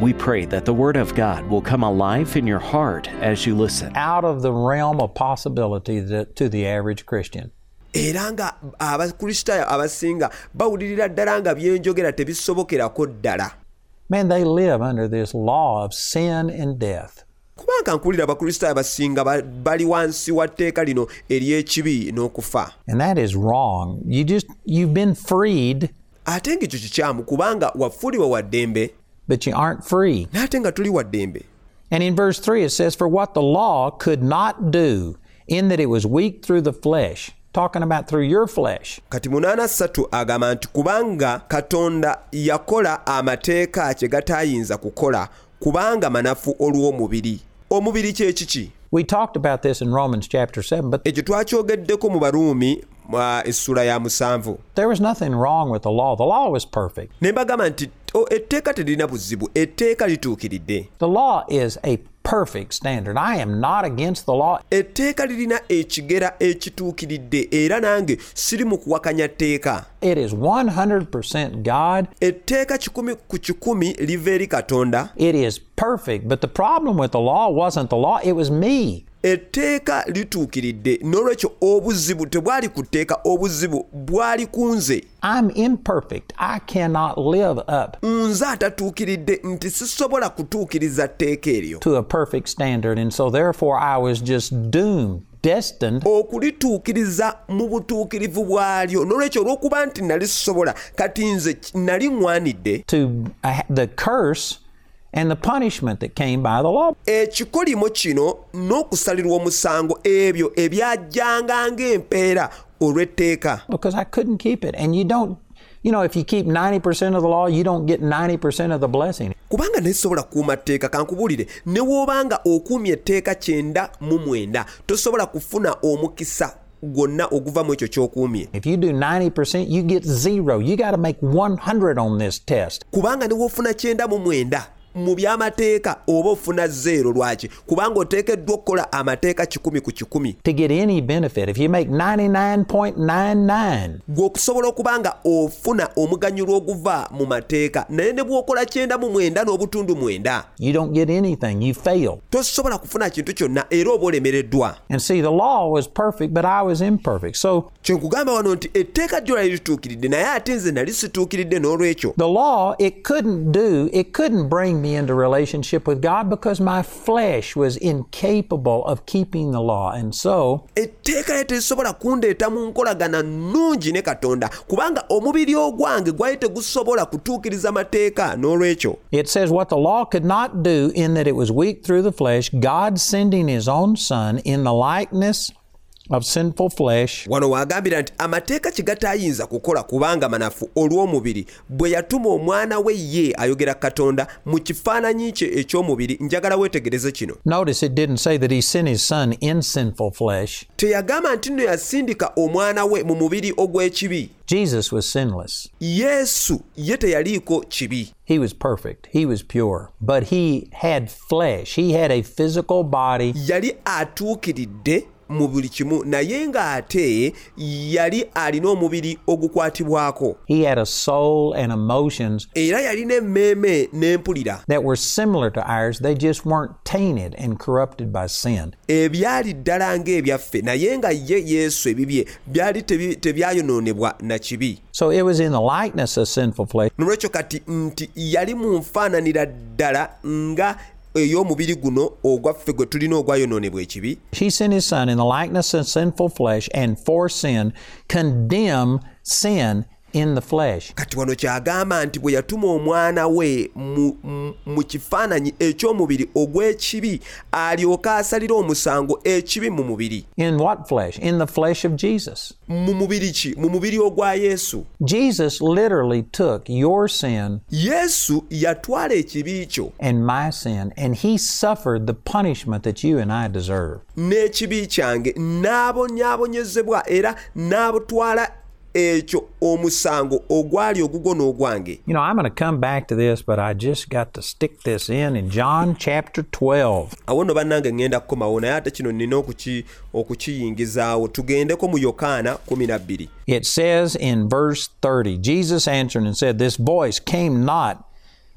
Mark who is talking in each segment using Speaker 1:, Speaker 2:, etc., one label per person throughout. Speaker 1: We pray that the Word of God will come alive in your heart as you listen.
Speaker 2: out of the realm of possibility that, to the average Christian.
Speaker 3: era nga abakristaayo abasinga bawulirira ddala nga byenjogera tebisobokerako ddala
Speaker 2: Man, they live under this law of sin and death.
Speaker 3: kubanga nkuwulira abakristaayo abasinga ba- bali wansi wa tteeka lino ery'ekibi n'okufa
Speaker 2: And that is wrong. You just, you've been freed,
Speaker 3: ate ng'ekyo kikyamu kubanga wafuulibwa wa ddembe
Speaker 2: but you aren't free.
Speaker 3: n'ate nga tuli wa ddembe
Speaker 2: And in verse 3, it says, For what the law could not do, in that it was weak through the flesh, talking about through your flesh,
Speaker 3: kati 83 agamba nti kubanga katonda yakola amateeka kye gatayinza kukola kubanga manafu olw'omubiri omubiri kyekiki
Speaker 2: We talked about this in Romans chapter 7, but
Speaker 3: ekyo twakyogeddeko mu baruumi ah, essula ya musanvu
Speaker 2: there was nothing wrong with the law. The law was perfect.
Speaker 3: ne mbagamba nti o, etteeka teririna buzibu etteeka lituukiridde
Speaker 2: The law is a perfect standard. I am not against the law.
Speaker 3: etteeka lirina ekigera ekituukiridde era nange siri mu kuwakanya tteeka
Speaker 2: It is 100% God.
Speaker 3: etteeka kikumi ku kikumi liva eri katonda
Speaker 2: It is perfect. But the problem with the law wasn't the law, it was me.
Speaker 3: etteeka lituukiridde n'olwekyo obuzibu tebwali ku tteeka obuzibu bwali ku nze
Speaker 2: I'm imperfect. I cannot live up
Speaker 3: nze atatuukiridde nti sisobola kutuukiriza tteeka eryo
Speaker 2: to a perfect standard. And so, therefore, I was just doomed, destined
Speaker 3: okulituukiriza mu butuukirivu bwalyo n'olwekyo olw'okuba nti nali sisobola kati nze ki- nali ŋŋwanidde
Speaker 2: to uh, the curse and the punishment that came by the law.
Speaker 3: ekikolimo kino n'okusalirwa omusango ebyo ebyajjanga ng'empeera olw'etteeka
Speaker 2: because I couldn't keep it. And you don't, you know, if you keep 90% of the law, you don't get 90% of the blessing.
Speaker 3: kubanga nesisobola kukuuma tteeka kankubulire newoobanga okuumya etteeka kyenda mu mwenda tosobola kufuna omukisa gwonna oguva mu ekyo ky'okuumye
Speaker 2: If you do 90%, you get zero. You got to make 100 on this test.
Speaker 3: kubanga newoofuna kyenda mu mwenda mu by'amateeka oba ofuna zeero lwaki kubanga oteekeddwa okukola amateeka kikumi ku kikumi
Speaker 2: To get any benefit, if you make 99.99,
Speaker 3: gwe okusobola okuba nga ofuna omuganyulo oguva mu mateeka naye ne bw'okola kyenda mu mwenda n'obutundu mwenda
Speaker 2: you don't get anything. You fail.
Speaker 3: tosobola kufuna kintu kyonna era oba olemereddwa
Speaker 2: And see, the law was perfect, but I was imperfect. So
Speaker 3: kyenkugamba wano nti etteeka lyo lali lituukiridde naye ate nze nali situukiridde n'olwekyo
Speaker 2: the law, it couldn't do, it couldn't bring me into relationship with God because my flesh was incapable of keeping the law. And so
Speaker 3: etteeka lye terisobola kundeeta mu nkolagana nnungi ne katonda kubanga omubiri ogwange gwali tegusobola kutuukiriza mateeka n'olwekyo
Speaker 2: It says, What the law could not do, in that it was weak through the flesh, God sending His own Son in the likeness of sinful flesh,
Speaker 3: wano waagambira nti amateeka kye gatayinza kukola kubanga manafu olw'omubiri bwe yatuma omwana we ye ayogera katonda mu kifaananyi kye eky'omubiri njagala weetegereze kino
Speaker 2: notice it didn't say that He sent His Son in sinful flesh.
Speaker 3: teyagamba nti nno yasindika omwana we mu mubiri ogw'ekibi
Speaker 2: Jesus was sinless.
Speaker 3: yesu ye teyaliiko kibi
Speaker 2: He was perfect. He was pure. But He had flesh. He had a physical body.
Speaker 3: yali atuukiridde mu buli kimu naye ng'ate yali alina omubiri ogukwatibwako
Speaker 2: He had a soul and emotions
Speaker 3: era yalina emmeeme n'empulira
Speaker 2: that were similar to ours. They just weren't tainted and corrupted by sin.
Speaker 3: ebyali ddala ng'ebyaffe naye nga ye yesu ebibye byali tebi- tebyayonoonebwa na kibi
Speaker 2: So it was in the likeness of sinful flesh.
Speaker 3: nolwekyo kati nti yali mu nfaananira ddala nga ey'omubiri guno ogwaffe gwe tulina ogwayonoonebwa ekibi
Speaker 2: He sent his son in the likeness of sinful flesh and for sin condemn sin in the flesh.
Speaker 3: kati wano kyagamba nti bwe yatuma omwana we mu, mu, mu kifaananyi eky'omubiri ogw'ekibi alyoke asalire omusango ekibi mu mubiri
Speaker 2: In what flesh? In the flesh of Jesus.
Speaker 3: mu mubiri ki mu mubiri ogwa yesu
Speaker 2: Jesus literally took your sin
Speaker 3: yesu yatwala ekibi kyo
Speaker 2: and my sin, and he suffered the punishment that you and I deserve.
Speaker 3: n'ekibi kyange n'abonyaabonyezebwa era n'abutwala ekyo omusango ogwali ogugwo n'ogwange
Speaker 2: You know, I'm going to come back to this, but I just got to stick this in in John chapter 12.
Speaker 3: awo nno bannange ŋŋenda kukomawo naye ate kino nnina okuki- okukiyingizaawo tugendeko mu yokaana 12
Speaker 2: It says in verse 30, Jesus answered and said, This voice came not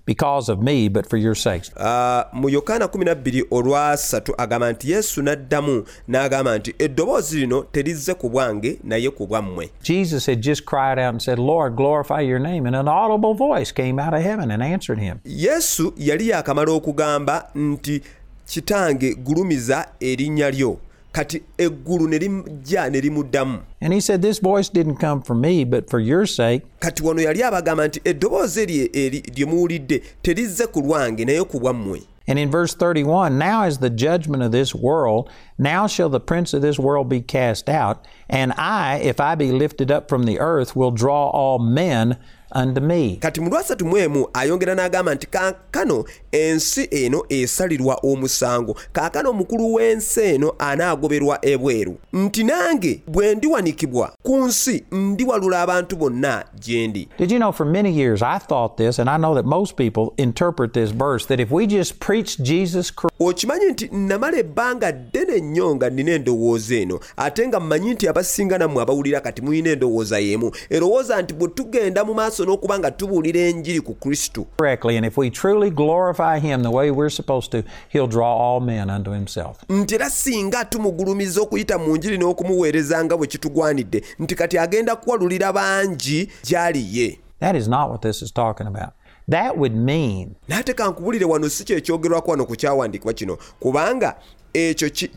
Speaker 2: because of me, but for your sakes.
Speaker 3: Ah, mu yokaana 12 olwasatu agamba nti yesu n'addamu n'agamba nti eddoboozi lino terizze ku bwange naye ku bwammwe
Speaker 2: Jesus had just cried out and said, Lord, glorify your name. And an audible voice came out of heaven and answered him.
Speaker 3: yesu yali yaakamala okugamba nti kitange gulumiza erinnya lyo kati eggulu ne lijja ne limuddamu
Speaker 2: And he said, This voice didn't come from me, but for your sake.
Speaker 3: kati wano yali abagamba nti eddoboozi eryo eri lye muwulidde terizze ku lwange naye ku bwammwe
Speaker 2: And in verse 31, now is the judgment of this world. Now shall the prince of this world be cast out. And I, if I be lifted up from the earth, will draw all men unto me.
Speaker 3: kati mu lwasatu mu emu ayongera n'agamba nti kaakano ensi eno esalirwa omusango kaakano omukulu w'ensi eno anaagoberwa ebweru nti nange bwe ndiwanikibwa ku nsi ndiwalula abantu bonna gye ndi
Speaker 2: Did you know for many years I thought this, and I know that most people interpret this verse that if we just preach Jesus Christ
Speaker 3: okimanyi nti namala ebbanga ddene nnyo nga nnina endowooza eno ate nga mmanyi nti abasinga nammwe abawulira kati mulina endowooza y'emu erowooza nti bwe tugenda mu maaso n'okuba nga tubuulira enjiri ku kristo
Speaker 2: correctly, and if we truly glorify Him the way we're supposed to, He'll draw all men unto Himself.
Speaker 3: nti era singa tumugulumiza okuyita mu njiri n'okumuweereza nga bwe kitugwanidde nti kati agenda kuwalulira bangi gy'ali ye
Speaker 2: That is not what this is talking about. That would mean
Speaker 3: n'ate kankubulire wano si kyekyogerwako wano ku kyawandiikibwa kino kubanga ekyo ki-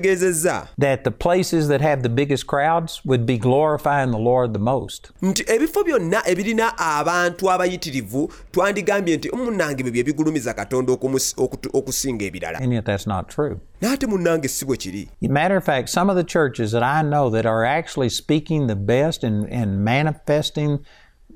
Speaker 3: kyanditegeezezza
Speaker 2: that the places that have the biggest crowds would be glorifying the Lord the most.
Speaker 3: nti ebifo byonna ebirina abantu abayitirivu twandigambye nti munnange bye byebigulumiza katonda okumusi- okutu- okusinga ebirala
Speaker 2: And yet that's not true.
Speaker 3: n'ate munnange si bwe kiri
Speaker 2: Matter of fact, some of the churches that I know that are actually speaking the best and, and manifesting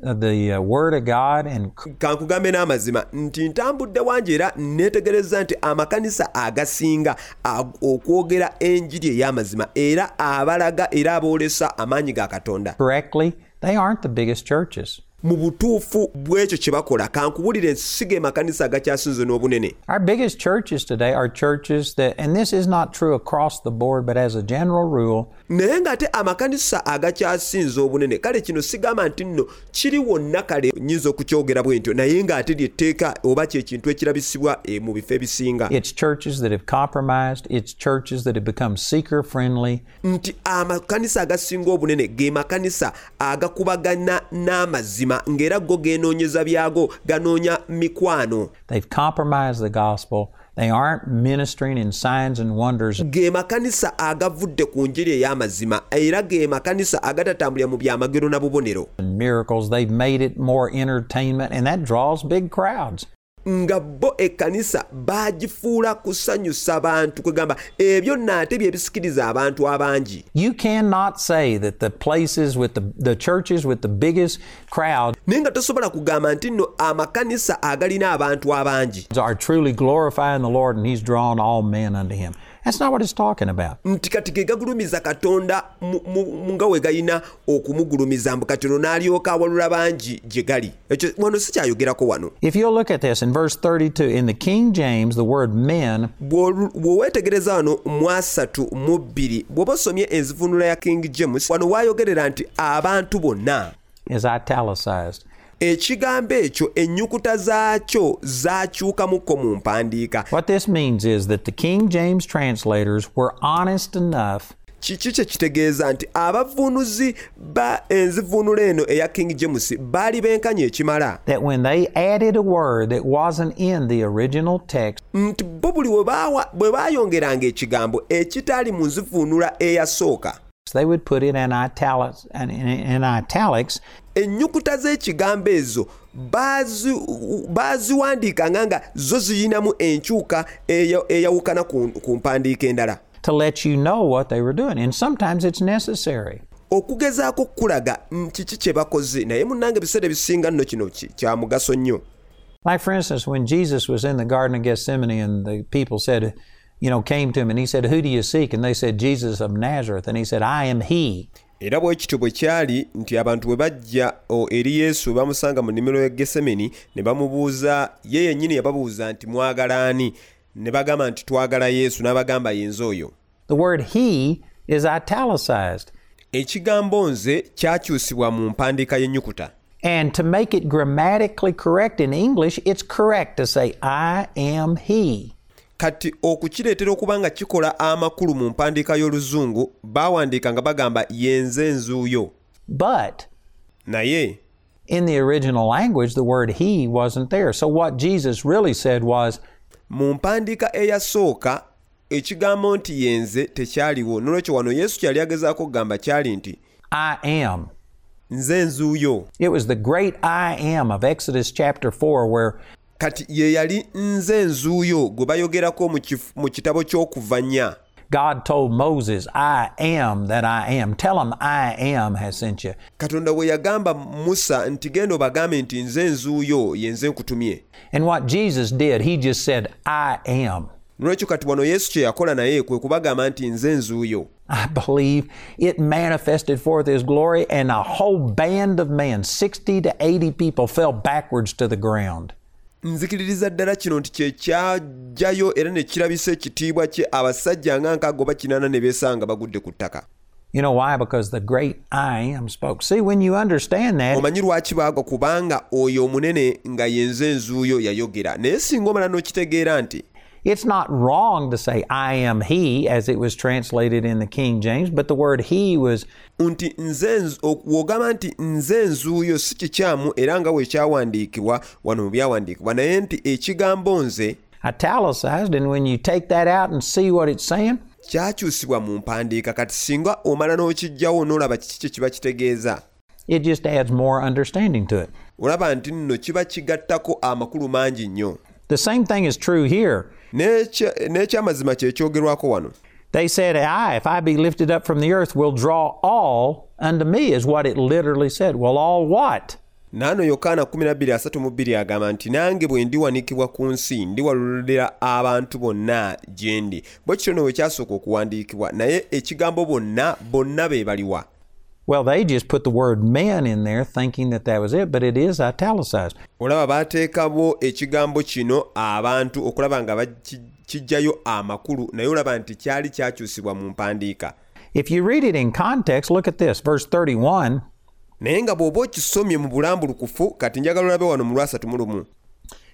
Speaker 2: uh, the uh, Word of God and
Speaker 3: kankugambe n'amazima nti ntambudde wangi era neetegereza nti amakanisa agasinga ag- okwogera enjiri ey'amazima era abalaga era aboolesa amaanyi ga katonda
Speaker 2: correctly, they aren't the biggest churches.
Speaker 3: mu butuufu bw'ekyo kye bakola kankuwulire nsiga emakanisa agakyasinze n'obunene
Speaker 2: Our biggest churches today are churches that, and this is not true across the board, but as a general rule,
Speaker 3: naye ng'ate amakanisa agakyasinze obunene kale kino sigamba nti nno kiri wonna kale nnyinza okukyogera bwe ntyo naye ng'ate lyetteeka oba kyekintu ekirabisibwa eh, mu bifo ebisinga
Speaker 2: it's churches that have compromised, it's churches that have become seeker friendly,
Speaker 3: nti amakanisa agasinga obunene ge makanisa agakubagana n'amazima ng'era go geenoonyeza byago ganoonya mikwano
Speaker 2: they've compromised the gospel, they aren't ministering in signs and wonders.
Speaker 3: ge makanisa agavudde ku njiri ey'amazima era ge makanisa agatatambulira mu byamagero na bubonero
Speaker 2: and miracles. They've made it more entertainment, and that draws big crowds.
Speaker 3: nga bo ekkanisa baagifuula kusanyusa bantu kwegamba ebyo nno ate bye bisikiriza abantu abangi
Speaker 2: You cannot say that the places with the, the churches with the biggest crowds
Speaker 3: naye nga tosobola kugamba nti nno amakanisa agalina abantu abangi
Speaker 2: are truly glorifying the Lord and He's drawn all men unto Him. That's not what it's talking about.
Speaker 3: nti kati ge gagulumiza katonda mu- mu- nga we galina okumugulumiza mbu katono n'alyoka awalula bangi gye gali ekyo wano si kyayogerako wano
Speaker 2: If you'll look at this in verse 32, in the King James, the word men
Speaker 3: Bw'olu- bw'oweetegereza wano mu asatu mu bbiri bw'oba osomye enzivuunula ya king james wano waayogerera nti abantu bonna
Speaker 2: is italicized.
Speaker 3: ekigambo ekyo ennyukuta zaakyo zaakyukamukko mu mpandiika
Speaker 2: What this means is that the King James translators were honest enough
Speaker 3: kiki kye kitegeeza nti abavuunuzi ba enzivuunula eno eya king james baali benkanya ekimala
Speaker 2: that when they added a word that wasn't in the original text,
Speaker 3: nti bo buli we baawa- bwe baayongeranga ekigambo ekitaali mu nzivuunula eyasooka
Speaker 2: they would put it in italics, in, in, in italics
Speaker 3: ennyukuta z'ekigambo ezo baazi- baaziwandiikanga nga zo ziyinamu enkyuka eya- eyawukana ku ku mpandiika endala
Speaker 2: to let you know what they were doing. And sometimes it's necessary.
Speaker 3: okugezaako okukulaga mm, kiki kye bakoze naye munnanga ebiseera ebisinga nno kino ki- kya mugaso nnyo
Speaker 2: Like, for instance, when Jesus was in the Garden of Gethsemane and the people said, you know, came to him and he said, Who do you seek? And they said, Jesus of Nazareth. And he said, I am he.
Speaker 3: era bwe kityo bwe kyali nti abantu bwe bajja o, eri yesu bamusanga mu nnimiro ya gesemeni ne bamubuuza ye yennyini yababuuza nti mwagala ani ne bagamba nti twagala yesu n'abagamba yenze oyo
Speaker 2: The word he is italicized.
Speaker 3: ekigambo nze kyakyusibwa mu mpandiika y'ennyukuta
Speaker 2: And to make it grammatically correct in English, it's correct to say, I am He.
Speaker 3: kati okukireetera okuba nga kikola amakulu mu mpandiika y'oluzungu baawandiika nga bagamba ye nze nzuuyo
Speaker 2: But
Speaker 3: naye
Speaker 2: in the original language, the word He wasn't there. So what Jesus really said was,
Speaker 3: mu mpandiika eyasooka ekigambo nti ye nze tekyaliwo nolwekyo wano yesu kyali agezaako okugamba kyali nti
Speaker 2: I am.
Speaker 3: nze nzuuyo
Speaker 2: It was the great I am of Exodus chapter 4, where
Speaker 3: kati ye yali nze nzuuyo gwe bayogerako mu kif- mu kitabo ky'okuvanya
Speaker 2: God told Moses, I am that I am. Tell him I am has sent you.
Speaker 3: katonda bwe yagamba musa nti genda obagambe nti nze nzuuyo ye nze nkutumye
Speaker 2: And what Jesus did, he just said, I am.
Speaker 3: nolwekyo kati wano yesu kye yakola naye kwe kubagamba nti nze nzuuyo
Speaker 2: I believe it manifested forth his glory, and a whole band of men, 60 to 80 people, fell backwards to the ground.
Speaker 3: nzikiririza ddala kino nti kye kyajjayo era ne kirabisa ekitiibwa kye abasajja nga nkaaga oba kinaana ne beesanga bagudde ku ttaka
Speaker 2: You know why? Because the great I am spoke. See, when you understand that,
Speaker 3: omanyi lwaki baagwa kubanga oyo omunene nga ye nze nzuuyo yayogera naye singa omala n'okitegeera nti
Speaker 2: it's not wrong to say, I am he, as it was translated in the King James, but the word he was
Speaker 3: nti nze nz- o- w'ogamba nti nze nzuuyo si kikyamu era nga weekyawandiikibwa wano mu byawandiikibwa naye nti ekigambo nze
Speaker 2: italicized, and when you take that out and see what it's saying,
Speaker 3: kyakyusibwa mu mpandiika kati singa omala n'okiggyawo n'olaba kiki kye kiba kitegeeza
Speaker 2: it just adds more understanding to it.
Speaker 3: olaba nti nno kiba kigattako amakulu mangi nnyo
Speaker 2: The same thing is true here.
Speaker 3: N'ekya- n'ekyamazima kye kyogerwako wano
Speaker 2: They said, I, if I be lifted up from the earth, will draw all unto me, is what it literally said. Well, all what?
Speaker 3: naano yokaana 12:32 agamba nti nange bwe ndiwanikibwa ku nsi ndiwalulira abantu bonna gye ndi bwe kityo nno bwe kyasooka okuwandiikibwa naye ekigambo bonna bonna be baliwa
Speaker 2: Well, they just put the word men in there thinking that that was it, but it is italicized.
Speaker 3: olaba baateekawo ekigambo kino abantu okulaba nga baki- kiggyayo amakulu naye olaba nti kyali kyakyusibwa mu mpandiika
Speaker 2: If you read it in context, look at this, verse 31.
Speaker 3: naye nga bw'oba okisomye mu bulambulukufu kati njagala olabe wano mu lwasatumurumu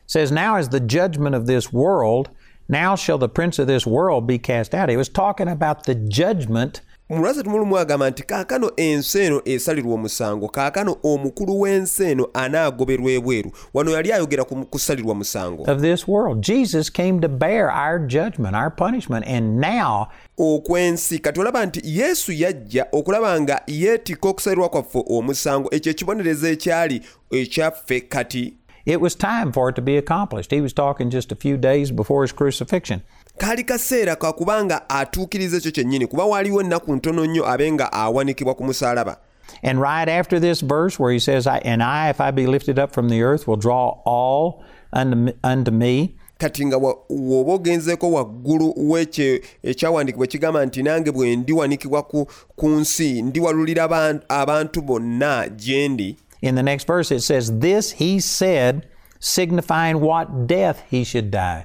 Speaker 2: says, Now is the judgment of this world, now shall the prince of this world be cast out. It was talking about the judgment
Speaker 3: mu lwasatumurumu agamba nti kaakano ensi eno esalirwa omusango kaakano omukulu w'ensi eno anaagoberwa ebweru wano yali ayogera ku kusalirwa musango
Speaker 2: of this world. Jesus came to bear our judgment, our punishment, and now
Speaker 3: okw'ensi kati olaba nti yesu yajja okulaba nga yeetikka okusalirwa kwaffe omusango ekyo ekibonerezo ekyali ekyaffe kati
Speaker 2: it was time for it to be accomplished. He was talking just a few days before his crucifixion.
Speaker 3: kaali kaseera kakubanga atuukiriza ekyo kyennyini kuba waaliwo ennaku ntono nnyo abe nga awanikibwa ku musalaba
Speaker 2: And right after this verse where he says, I, And I, if I be lifted up from the earth, will draw all unto, m- unto me.
Speaker 3: kati nga wa- w'oba ogenzeeko waggulu wekyo ekyawandiikibwa ekigamba nti nange bwe ndiwanikibwa ku, ku nsi ndiwalulira ban- abantu bonna gye ndi
Speaker 2: In the next verse, it says, This he said, signifying what death he should die.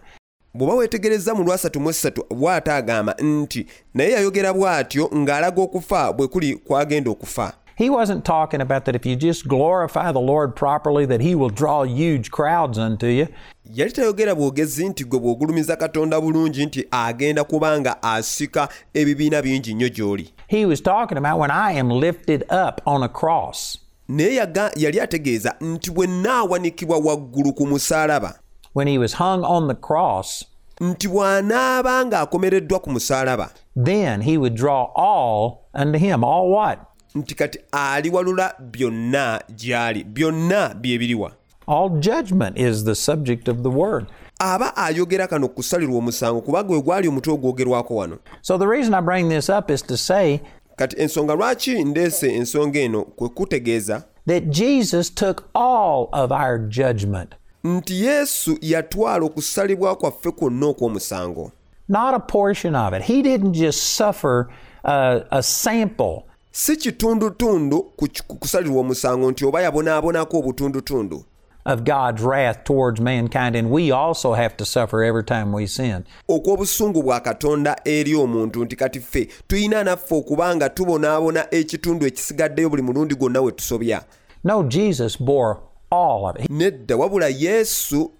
Speaker 3: bw'oba weetegereza mu lwasatu mu esatu bw'ate agamba nti naye yayogera bw'atyo ng'alaga okufa bwe kuli kwagenda okufa
Speaker 2: He wasn't talking about that if you just glorify the Lord properly, that He will draw huge crowds unto you.
Speaker 3: yali tayogera bwogezi nti gwe bw'ogulumiza katonda bulungi nti agenda kuba nga asika ebibiina bingi nnyo gy'oli
Speaker 2: He was talking about when I am lifted up on a cross,
Speaker 3: naye yaga- yali ategeeza nti bwe naawanikibwa waggulu ku musaalaba
Speaker 2: when He was hung on the cross,
Speaker 3: nti bw'anaaba ng'akomereddwa ku musaalaba
Speaker 2: then He would draw all unto Him. All what?
Speaker 3: nti kati aliwalula byonna gy'ali byonna bye biriwa
Speaker 2: All judgment is the subject of the word.
Speaker 3: aba ayogera kano kusalirwa omusango kuba gwe gwali omutwe ogwogerwako wano
Speaker 2: So the reason I bring this up is to say
Speaker 3: kati ensonga lwaki ndeese ensonga eno kwe kutegeeza
Speaker 2: that Jesus took all of our judgment,
Speaker 3: nti yesu yatwala okusalibwa kwaffe kwonna okw'omusango
Speaker 2: not a portion of it. He didn't just suffer uh, a sample.
Speaker 3: si kitundutundu ku ki- ku kusalirwa omusango nti oba yabonaabonako obutundutundu
Speaker 2: of God's wrath towards mankind, and we also have to suffer every time we sin.
Speaker 3: okw'obusungu bwa katonda eri omuntu nti kati ffe tulina naffe okuba nga tubonaabona ekitundu ekisigaddeyo buli mulundi gwonna we tusobya
Speaker 2: No, Jesus bore all of it.
Speaker 3: nedda wabula yesu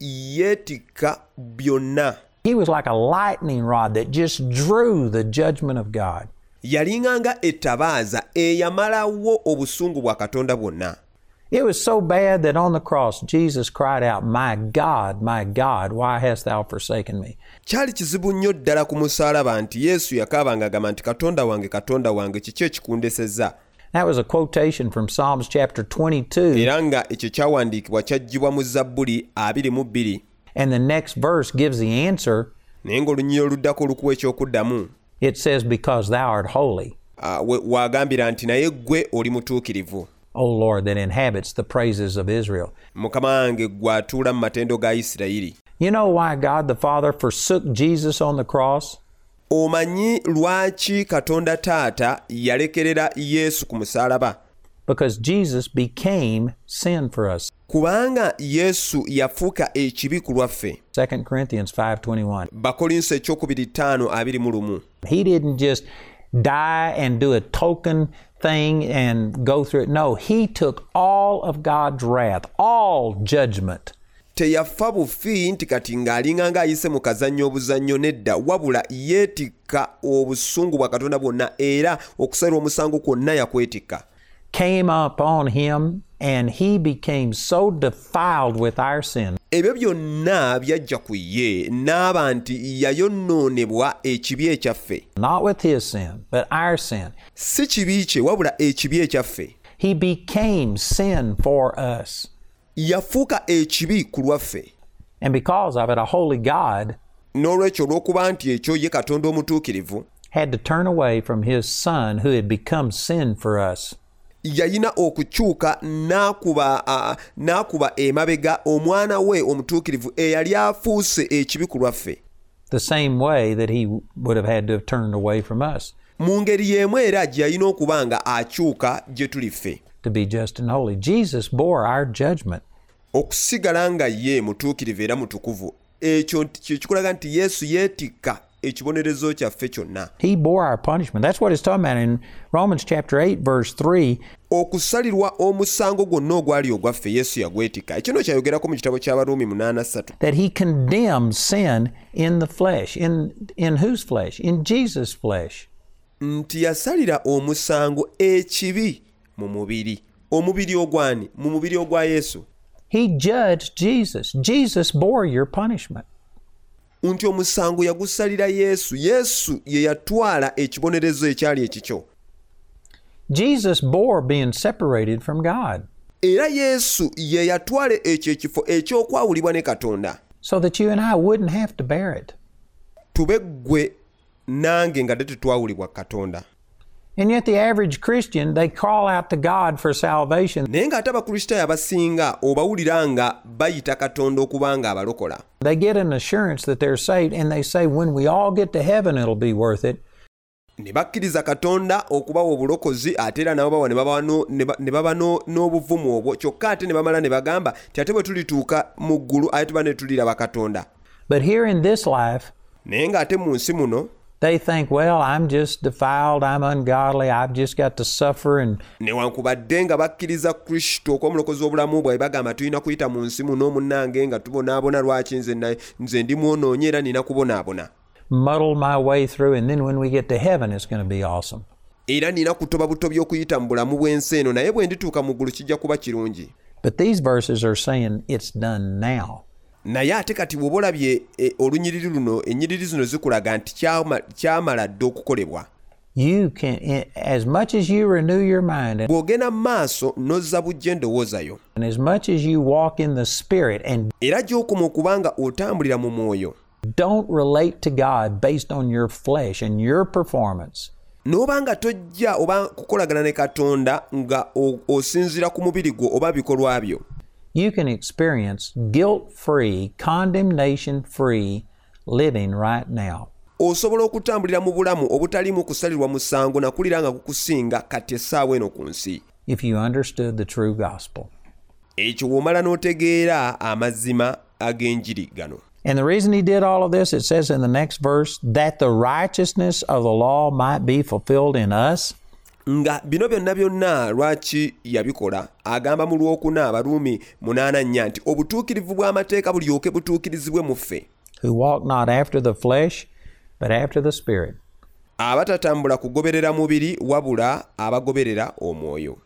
Speaker 3: yeetikka byonna
Speaker 2: He was like a lightning rod that just drew the judgment of God.
Speaker 3: yalinga nga ettabaaza eyamalawo obusungu bwa katonda bwonna
Speaker 2: It was so bad that on the cross, Jesus cried out, My God, my God, why hast thou forsaken me?
Speaker 3: kyali kizibu nnyo ddala ku musaalaba nti yesu yakaaba ng'agamba nti katonda wange katonda wange kiki ekikundesezza
Speaker 2: That was a quotation from Psalms chapter 22.
Speaker 3: era nga ekyo kyawandiikibwa kyajjibwa mu zabbuli 22
Speaker 2: And the next verse gives the answer.
Speaker 3: naye ng'olunyiro oluddako olukuwa ekyokuddamu
Speaker 2: It says, Because thou art holy,
Speaker 3: ah, we- wagambira nti naye ggwe oli mutuukirivu
Speaker 2: O Lord, that inhabits the praises of Israel.
Speaker 3: mukama wange ggwe atuula mu matendo ga isirayiri
Speaker 2: You know why God the Father forsook Jesus on the cross?
Speaker 3: omanyi lwaki katonda taata yalekerera yesu ku musaalaba
Speaker 2: Because Jesus became sin for us.
Speaker 3: kubanga yesu yafuuka ekibi ku lwaffe
Speaker 2: 2 Corinthians 5:21.
Speaker 3: bakolinso ekyokubiri 5:21
Speaker 2: He didn't just die and do a token thing and go through it. No, he took all of God's wrath, all judgment.
Speaker 3: teyafa bufi nti kati ng'alinga ng'ayise mu kazannyo obuzannyo nedda wabula yeetikka obusungu bwa katonda bwonna era okusalira omusango kwonna yakwetikka
Speaker 2: Came upon him and he became so defiled with our sin
Speaker 3: ebyo byonna byajja ku ye n'aba nti yayonoonebwa ekibi ekyaffe
Speaker 2: not with his sin, but our sin.
Speaker 3: si kibi kye wabula ekibi ekyaffe
Speaker 2: He became sin for us.
Speaker 3: yafuuka ekibi ku lwaffe
Speaker 2: And because of it, a holy God
Speaker 3: n'olwekyo olw'okuba nti ekyo ye katonda omutuukirivu
Speaker 2: had to turn away from his son who had become sin for us.
Speaker 3: yayina okukyuka n'akuba ah, n'akuba emabega omwana we omutuukirivu eyali afuuse ekibi ku lwaffe
Speaker 2: the same way that he would have had to have turned away from us
Speaker 3: mu ngeri y'emu era gye yalina okuba nga akyuka gye tuli ffe
Speaker 2: to be just and holy. Jesus bore our judgment.
Speaker 3: okusigala nga ye mutuukirivu era mutukuvu ekyo nti- kye kikulaga nti yesu yeetikka ekibonerezo kyaffe kyonna
Speaker 2: He bore our punishment. That's what it's talking about in Romans chapter 8, verse 3.
Speaker 3: okusalirwa omusango gwonna ogwali ogwaffe yesu yagwetikka ekyo no kyayogerako mu kitabo ky'abaruumi 83
Speaker 2: That he condemned sin in the flesh. In, in whose flesh? In Jesus' flesh.
Speaker 3: nti yasalira omusango ekibi mu mubiri omubiri ogwani mu mubiri ogwa yesu
Speaker 2: He judged Jesus. Jesus bore your punishment.
Speaker 3: nti omusango yagusalira yesu yesu ye yatwala ekibonerezo ekyali ekikyo
Speaker 2: Jesus bore being separated from God
Speaker 3: era yesu ye yatwala ekyo ekifo ekyokwawulibwa ne katonda
Speaker 2: so that you and I wouldn't have to bear it.
Speaker 3: tube ggwe nange nga dde tetwawulibwa katonda
Speaker 2: And yet, the average Christian, they call out to God for salvation.
Speaker 3: naye ng'ate abakristaayo abasinga obawulira nga bayita katonda okuba nga abalokola
Speaker 2: They get an assurance that they're saved, and they say, when we all get to heaven, it'll be worth it.
Speaker 3: ne bakkiriza katonda okubawa obulokozi ate era nababawa ne baba no- n'obuvumu obwo kyokka ate ne bamala ne bagamba ti ate bwe tulituuka mu ggulu ate tuba ne tuliraba katonda
Speaker 2: But here in this life,
Speaker 3: naye ng'ate mu nsi muno
Speaker 2: they think, well, I'm just defiled, I'm ungodly, I've just got to suffer. And
Speaker 3: newankubadde nga bakkiriza kristo okw'omulokozi obulamu bwabwe bagamba tulina kuyita mu nsi muno munnange nga tubonaabona lwaki nze na- nze ndi mwonoonye era nina kubonaabona
Speaker 2: muddle my way through, and then when we get to heaven, it's going to be awesome.
Speaker 3: era nina kutoba buto by'okuyita mu bulamu bw'ensi eno naye bwe ndituuka mu ggulu kijja kuba kirungi
Speaker 2: But these verses are saying it's done now.
Speaker 3: naye ate kati bw'oba olabye e, olunyiriri luno ennyiriri zino zikulaga nti kyama- kyamala dda okukolebwa
Speaker 2: You can, i- as much as you renew your mind and-
Speaker 3: bw'ogenda mu maaso n'ozza bujja endowoozayo
Speaker 2: and as much as you walk in the Spirit and
Speaker 3: era gy'okoma okuba nga otambulira mu mwoyo
Speaker 2: don't relate to God based on your flesh and your performance,
Speaker 3: n'oba nga tojja oba kukolagana ne katonda nga o- osinziira ku mubiri gwo oba bikolwa byo
Speaker 2: you can experience guilt free, condemnation free living right now.
Speaker 3: osobola okutambulira mu bulamu obutalimu kusalirwa musango nakulira nga gukusinga kati essaawa eno ku nsi
Speaker 2: if you understood the true gospel.
Speaker 3: ekyo w'omala n'otegeera amazima ag'enjiri gano
Speaker 2: And the reason he did all of this, it says in the next verse, that the righteousness of the law might be fulfilled in us
Speaker 3: nga bino byonna byonna lwaki yabikola agamba mu lwokuna abaruumi 84 nti obutuukirivu bw'amateeka bulyoke butuukirizibwe mu ffe
Speaker 2: who walk not after the flesh, but after the Spirit.
Speaker 3: abatatambula kugoberera mubiri wabula abagoberera omwoyo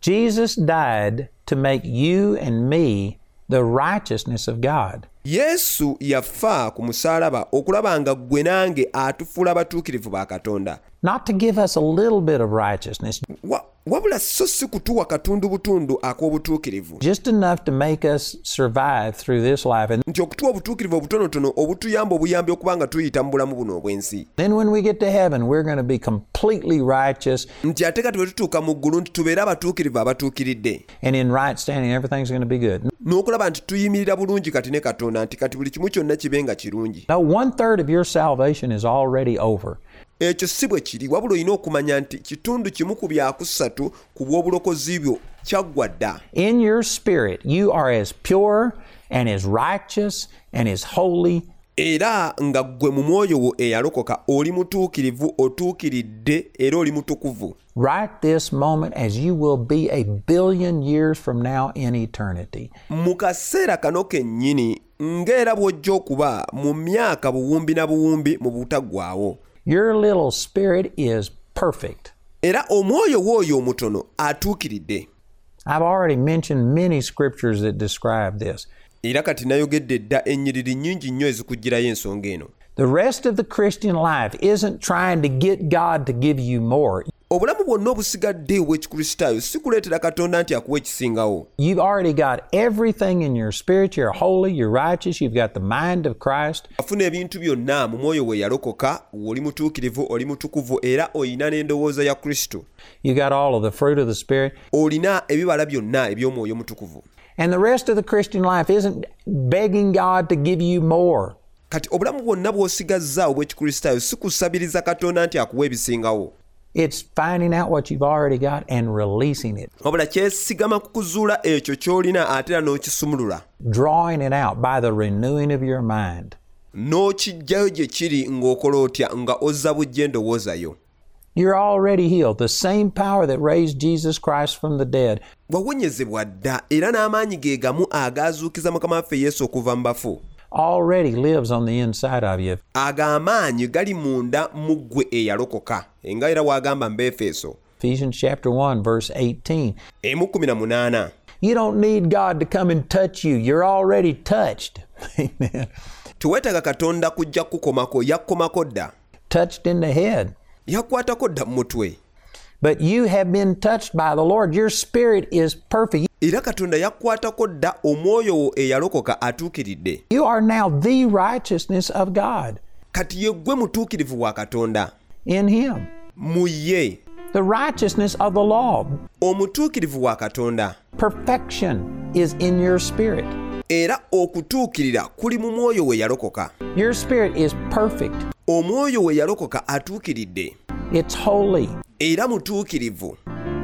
Speaker 2: Jesus died to make you and me the righteousness of God.
Speaker 3: yesu yafa ku musaalaba okulaba nga ggwe nange atufuula abatuukirivu ba katonda
Speaker 2: Not to give us a little bit of righteousness,
Speaker 3: Wa- wabula so si kutuwa katundu butundu ak'obutuukirivu
Speaker 2: just enough to make us survive through this life. And
Speaker 3: nti okutuwa obutuukirivu obutonotono obutuyamba obuyambi okuba nga tuyita mu bulamu buno obw'ensi
Speaker 2: then when we get to heaven, we're going to be completely righteous
Speaker 3: nti ate kati bwe tutuuka mu ggulu nti tubeere abatuukirivu abatuukiridde
Speaker 2: and in right standing. Everything's going to be good.
Speaker 3: n'okulaba nti tuyimirira bulungi kati ne katonda nti kati buli kimu kyonna kibe nga kirungi
Speaker 2: No, one third of your salvation is already over.
Speaker 3: ekyo si bwe kiri wabula olina okumanya nti kitundu kimu ku byakusatu ku bw'obulokozi byo kyaggwa dda
Speaker 2: In your spirit, you are as pure and as righteous and as holy
Speaker 3: era nga ggwe mu mwoyo wo eyalokoka oli mutuukirivu otuukiridde era oli mutukuvu
Speaker 2: right this moment as you will be a billion years from now in eternity.
Speaker 3: mu kaseera kano kennyini ng'era bw'ojja okuba mu myaka buwumbi na buwumbi mu butaggwaawo
Speaker 2: Your little spirit is perfect.
Speaker 3: era omwoyo w'oyo omutono atuukiridde
Speaker 2: I've already mentioned many scriptures that describe this.
Speaker 3: era kati nayogedde dda ennyiriri nnyingi nnyo ezikuggirayo ensonga eno
Speaker 2: The rest of the Christian life isn't trying to get God to give you more.
Speaker 3: obulamu bwonna obusigadde obw'ekikristaayo si kuleetera katonda nti akuwa ekisingawo
Speaker 2: You've already got everything in your spirit. You're holy, you're righteous, you've got the mind of Christ.
Speaker 3: afuna ebintu byonna mu mwoyo we yalokoka oli mutuukirivu oli mutukuvu era olina n'endowooza ya kristo
Speaker 2: You got all of the fruit of the Spirit.
Speaker 3: olina ebibala byonna eby'omwoyo mutukuvu
Speaker 2: And the rest of the Christian life isn't begging God to give you more.
Speaker 3: kati obulamu bwonna bw'osigazza obw'ekikristaayo si kusabiriza katonda nti akuwa ebisingawo
Speaker 2: It's finding out what you've already got and releasing it,
Speaker 3: wabula kyesigama ku kuzuula ekyo ky'olina ate era n'okisumulula
Speaker 2: drawing it out by the renewing of your mind.
Speaker 3: n'okiggyayo gye kiri ng'okola otya nga ozza bujja endowooza yo
Speaker 2: You're already healed. The same power that raised Jesus Christ from the dead
Speaker 3: wawonyezebwa dda era n'amaanyi ge gamu agaazuukiza mukama waffe yesu okuva mu bafu
Speaker 2: already lives on the inside of you.
Speaker 3: ago amaanyi gali munda mu ggwe eyalokoka nga era wagamba mu befeso
Speaker 2: Ephesians chapter 1 verse 18.
Speaker 3: 118
Speaker 2: You don't need God to come and touch you. You're already touched. Amen.
Speaker 3: teweetaaga katonda kujja kukomako yakkomako dda
Speaker 2: touched in the head.
Speaker 3: yakwatako dda mu mutwe
Speaker 2: But you have been touched by the Lord. Your spirit is perfect.
Speaker 3: era katonda yakwatako dda omwoyo wo eyalokoka atuukiridde
Speaker 2: You are now the righteousness of God
Speaker 3: kati ye ggwe mutuukirivu wa katonda
Speaker 2: in him.
Speaker 3: mu ye
Speaker 2: The righteousness of the law,
Speaker 3: omutuukirivu wa katonda
Speaker 2: perfection, is in your spirit.
Speaker 3: era okutuukirira kuli mu mwoyo we yalokoka
Speaker 2: Your spirit is perfect,
Speaker 3: omwoyo we yalokoka atuukiridde
Speaker 2: it's holy.
Speaker 3: era mutuukirivu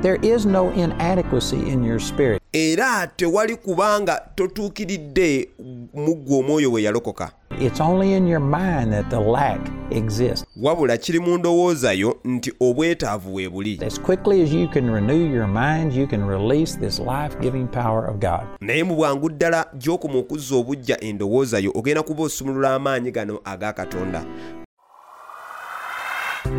Speaker 2: There is no inadequacy in your spirit.
Speaker 3: era tewali kubanga totuukiridde mu ggwe omwoyo we yalokoka
Speaker 2: It's only in your mind that the lack exists.
Speaker 3: wabula kiri mu ndowooza yo nti obwetaavu we buli
Speaker 2: As quickly as you can renew your mind, you can release this life giving power of God.
Speaker 3: naye mu bwangu ddala gy'okuma okuzza obujja endowooza yo ogenda kuba osumulula amaanyi gano aga katonda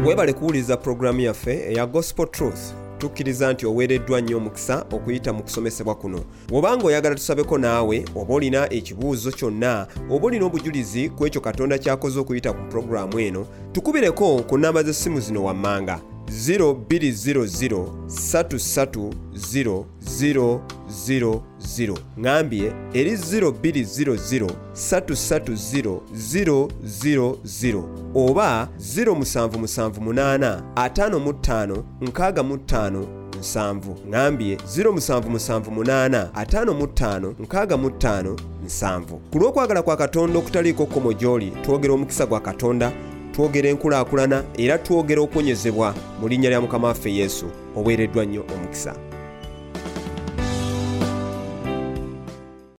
Speaker 3: weebale kuwuliza pulogulaamu yaffe eya gospel truth tukkiriza nti oweereddwa nnyo omukisa okuyita mu kusomesebwa kuno bw'obanga oyagala tusabeko naawe oba olina ekibuuzo kyonna oba olina obujulizi ku ekyo katonda ky'akoze okuyita ku pulogulaamu eno tukubireko ku namba z'essimu zino wammanga 0200 3300000 ŋambye eri 0200 3300000 oba 0778556507 ŋambye 0778556557 ku lw'okwagala kwa katonda okutaliiko kkomo gy'oli twogera omukisa gwa katonda twogera enkulaakulana era twogera okunyezebwa mu linnya lya mukama waffe yesu oweereddwa nnyo omukisa